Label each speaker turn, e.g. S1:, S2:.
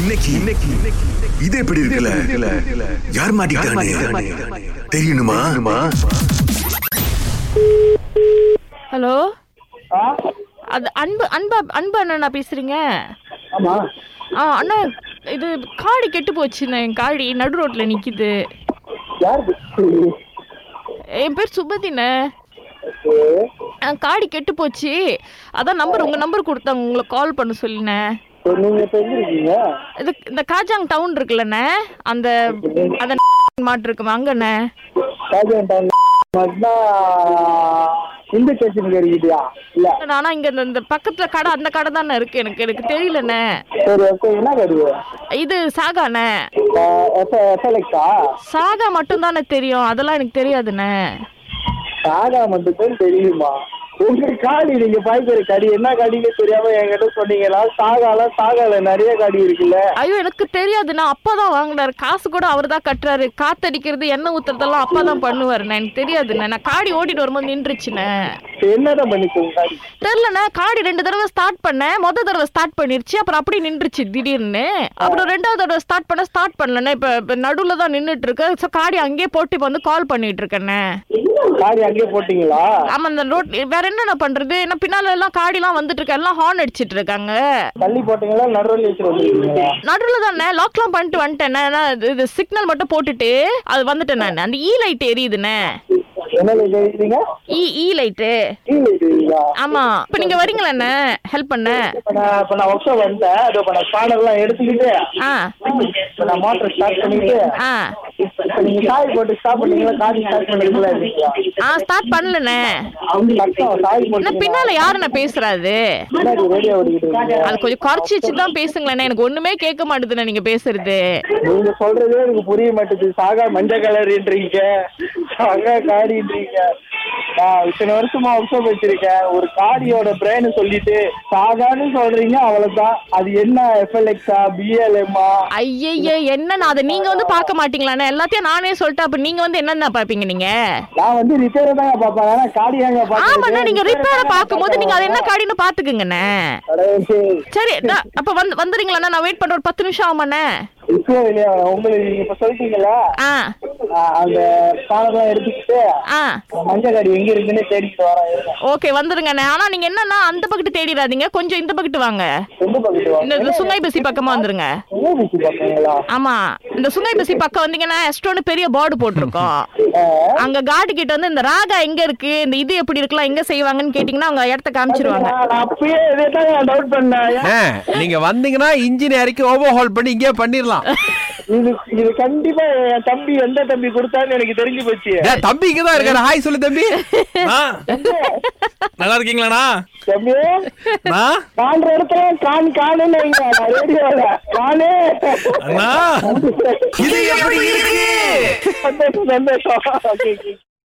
S1: இன்னைக்கு இன்னைக்கு இது எப்படி இருக்குல்ல யார் மாட்டிக்கிட்டானே தெரியணுமா
S2: ஹலோ
S3: ஆ
S2: அது அன்பு அன்பா அன்பு அண்ணனா பேசுறீங்க
S3: ஆமா
S2: ஆ அண்ணா இது காடி கெட்டு போச்சுண்ணே என் காடி நடு ரோட்ல நிக்குது
S3: யார் பேசுறீங்க?
S2: என் பேர் சுபதிண்ணே
S3: ஓ,
S2: ஆ, காடி கெட்டு போச்சு அதான் நம்பர் உங்க நம்பர் கொடுத்தாங்க உங்களை கால் பண்ண சொல்லிண்ணே
S3: இப்ப நீங்க இப்ப எங்க இருக்கீங்க
S2: இது இந்த காஜாங் டவுன் இருக்குல்லண்ணே அந்த அந்த மாட்டு இருக்குமா அங்கண்ணே
S3: ராஜன் டவுன்ல மட்டும்தான் இந்து ஸ்டேஷனுக்கு இருக்கிட்டியா இல்ல
S2: ஆனா இங்க இந்த- இந்த பக்கத்துல கடை அந்த கடை தானே இருக்கு எனக்கு எனக்கு தெரியலண்ணே
S3: சரி எப்போ என்ன கருவு
S2: இது சாகாண்ணே
S3: எப்போ எஃப்எல்எக்ஸா
S2: சாகா மட்டும் தானே தெரியும் அதெல்லாம் எனக்கு தெரியாதுண்ணே
S3: ராகா மட்டும்தான் தெரியுமா உங்க காடி நீங்க பாய்க்கிற கடி என்ன காடின்னு தெரியாம என்கிட்ட சொன்னீங்களா சாகால சாகால நிறைய காடி இருக்குல்ல
S2: ஐயோ எனக்கு தெரியாதுண்ணா அப்பா தான் வாங்கினாரு காசு கூட அவர் தான் கட்டுறாரு காத்தடிக்கிறது எண்ணெய் ஊத்துறதெல்லாம் அப்பா தான் பண்ணுவாருண்ணே எனக்கு தெரியாதுண்ணே நான் காடி ஓட்டிட்டு வரும்போது நின்றுச்சுண்ணே
S3: என்னதான் பண்ணிச்சு உங்க காடி
S2: தெரிலண்ணே காடி ரெண்டு தடவை ஸ்டார்ட் பண்ணேன் மொத தடவை ஸ்டார்ட் பண்ணிருச்சு அப்புறம் அப்படியே நின்றுச்சு திடீர்னு அப்புறம் ரெண்டாவது தடவை ஸ்டார்ட் பண்ண ஸ்டார்ட் பண்ணலண்ணே இப்போ இப்போ நடுவில் தான் நின்றுட்டு இருக்கு ஸோ காடி அங்கேயே போட்டு இப்போ வந்து கால் பண்ணிட்டு இருக்கேண்ணே
S3: காடி அங்கேயே போட்டீங்களா
S2: ஆமாம் அந்த ரோட் வேற என்னண்ணா பண்றது ஏன்னா பின்னால எல்லாம் காடிலாம் வந்துட்டு இருக்கு எல்லாம் ஹார்ன் அடிச்சிட்டு இருக்காங்க
S3: தள்ளி போட்டீங்களா நடுவில் வச்சுட்டு வந்துருக்கீங்களா
S2: நடுவில் தானே லாக்லாம் பண்ணிட்டு வந்துட்டேண்ணே நான் இது- இது சிக்னல் மட்டும் போட்டுட்டு அது வந்துட்டேன் நான் அந்த E இ லைட் எரியுதுண்ணே
S3: என்ன கேட்குறீங்க
S2: இ இ லைட்டு
S3: கீழே இருக்கீங்களா
S2: ஆமாம் இப்போ நீங்கள் வரீங்களாண்ணே ஹெல்ப் பண்ண
S3: இப்ப நான் இப்ப நான் ஒர்க் வந்தேன் அதோ இப்ப நான் ஸ்பானர் எல்லாம் எடுத்துக்கிட்டு
S2: ஆ
S3: இப்ப நான் மோட்டர் ஸ்டார்ட் பண்ணிட்டு
S2: ஆ
S3: இப்ப நீங்க காய் போட்டு ஸ்டாப் பண்ணீங்களா காடி ஸ்டார்ட் பண்ணீங்களா இல்லையா?
S2: ஆ ஸ்டார்ட் பண்ணலண்ணே
S3: கஷ்டம், காய்
S2: என்ன
S3: போட்டு
S2: பின்னால யாருண்ணே பேசுறாது
S3: பின்னாடி ரேடியோ ஓடிக்கிட்டு
S2: அது கொஞ்சம் குறைச்சி வச்சு தான் பேசுங்களேண்ணே எனக்கு ஒண்ணுமே கேட்க மாட்டுதுண்ணே நீங்க பேசுறது
S3: நீங்க சொல்றதே எனக்கு புரிய மாட்டேது சாகா மஞ்சள் கலர்ன்றீங்க சாகா காடின்றீங்க நான் இத்தனை வருஷமா ஒர்க் வச்சிருக்கேன் ஒரு காடியோட பிராண்ட் சொல்லிட்டு சாகான்னு சொல்றீங்க அவ்வளவுதான் அது என்ன எஃப்எல்எக்ஸா பிஎல்எம்மா
S2: ஐயய்யே என்னண்ணா அதை நீங்க வந்து பார்க்க மாட்டீங்களாண்ணே எல்லாத்தையும் நானே சொல்லிட்டேன் அப்ப நீங்க வந்து என்னண்ணா பாப்பீங்க நீங்க
S3: நான் வந்து ரிப்பேரை தாங்க பார்ப்பேன் ஆனா காடி ஏங்க
S2: ஆமாண்ணா நீங்க ரிப்பேரை பார்க்கும்போது நீங்க அது என்ன
S3: காடி
S2: காடின்னு பாத்துக்குங்கண்ணே சரி நான் அப்ப வந்து வந்துறீங்களாண்ணா நான் வெயிட் பண்ற ஒரு பத்து நிமிஷம் ஆகுமாண்ணே
S3: இப்போ இல்லையா உங்களுக்கு நீங்க இப்ப சொல்லிட்டீங்களா
S2: ஆ
S3: நான் அந்த சாதம் எடுத்துக்கிட்டு
S2: ஆ
S3: மஞ்சள் காடி எங்க இருக்குன்னு தேடிட்டு வரேன் இருங்க.
S2: ஓகே வந்துருங்கண்ணே ஆனா நீங்க என்னன்னா அந்த பக்கத்து தேடிடாதீங்க கொஞ்சம் இந்த பக்கத்து வாங்க
S3: ரொம்ப பக்கத்து வாங்க.
S2: இந்த சுங்கை பசி பக்கமா வந்துருங்க
S3: என்ன பிச்சு பார்ப்பீங்களா
S2: ஆமா இந்த சுங்கை பசி பக்கம் வந்தீங்கன்னா எஸ்டோன்னு பெரிய போர்டு போட்டிருக்கோம் அங்க காட்டு கிட்ட வந்து இந்த ராகா எங்க இருக்கு இந்த இது எப்படி இருக்கலாம் எங்க செய்வாங்கன்னு கேட்டீங்கன்னா அவங்க இடத்த காமிச்சிருவாங்க
S3: நான் அப்பயே இதே தான் டவுட் பண்ணேன் ஏன்?
S4: ஆ, நீங்க வந்தீங்கன்னா இன்ஜின் இறக்கி ஓவர்ஹால் பண்ணி இங்கே பண்ணிடலாம்
S3: இது இது கண்டிப்பா என் தம்பி எந்த தம்பி கொடுத்தான்னு எனக்கு தெரிஞ்சு போச்சு
S4: டேய், தம்பி இங்கதான் இருக்காரு ஹாய் சொல்லு தம்பி
S5: அண்ணா, நல்லா இருக்கீங்களாண்ணா
S3: தம்பி
S5: அண்ணா,
S3: காண்ற இடத்துல கான் காணுன்னு வைங்க. நான் ரேடியோல காணு
S5: அண்ணா
S4: இது எப்படி இருக்கு
S3: சந்தோஷம் சந்தோஷம் Okay, okay.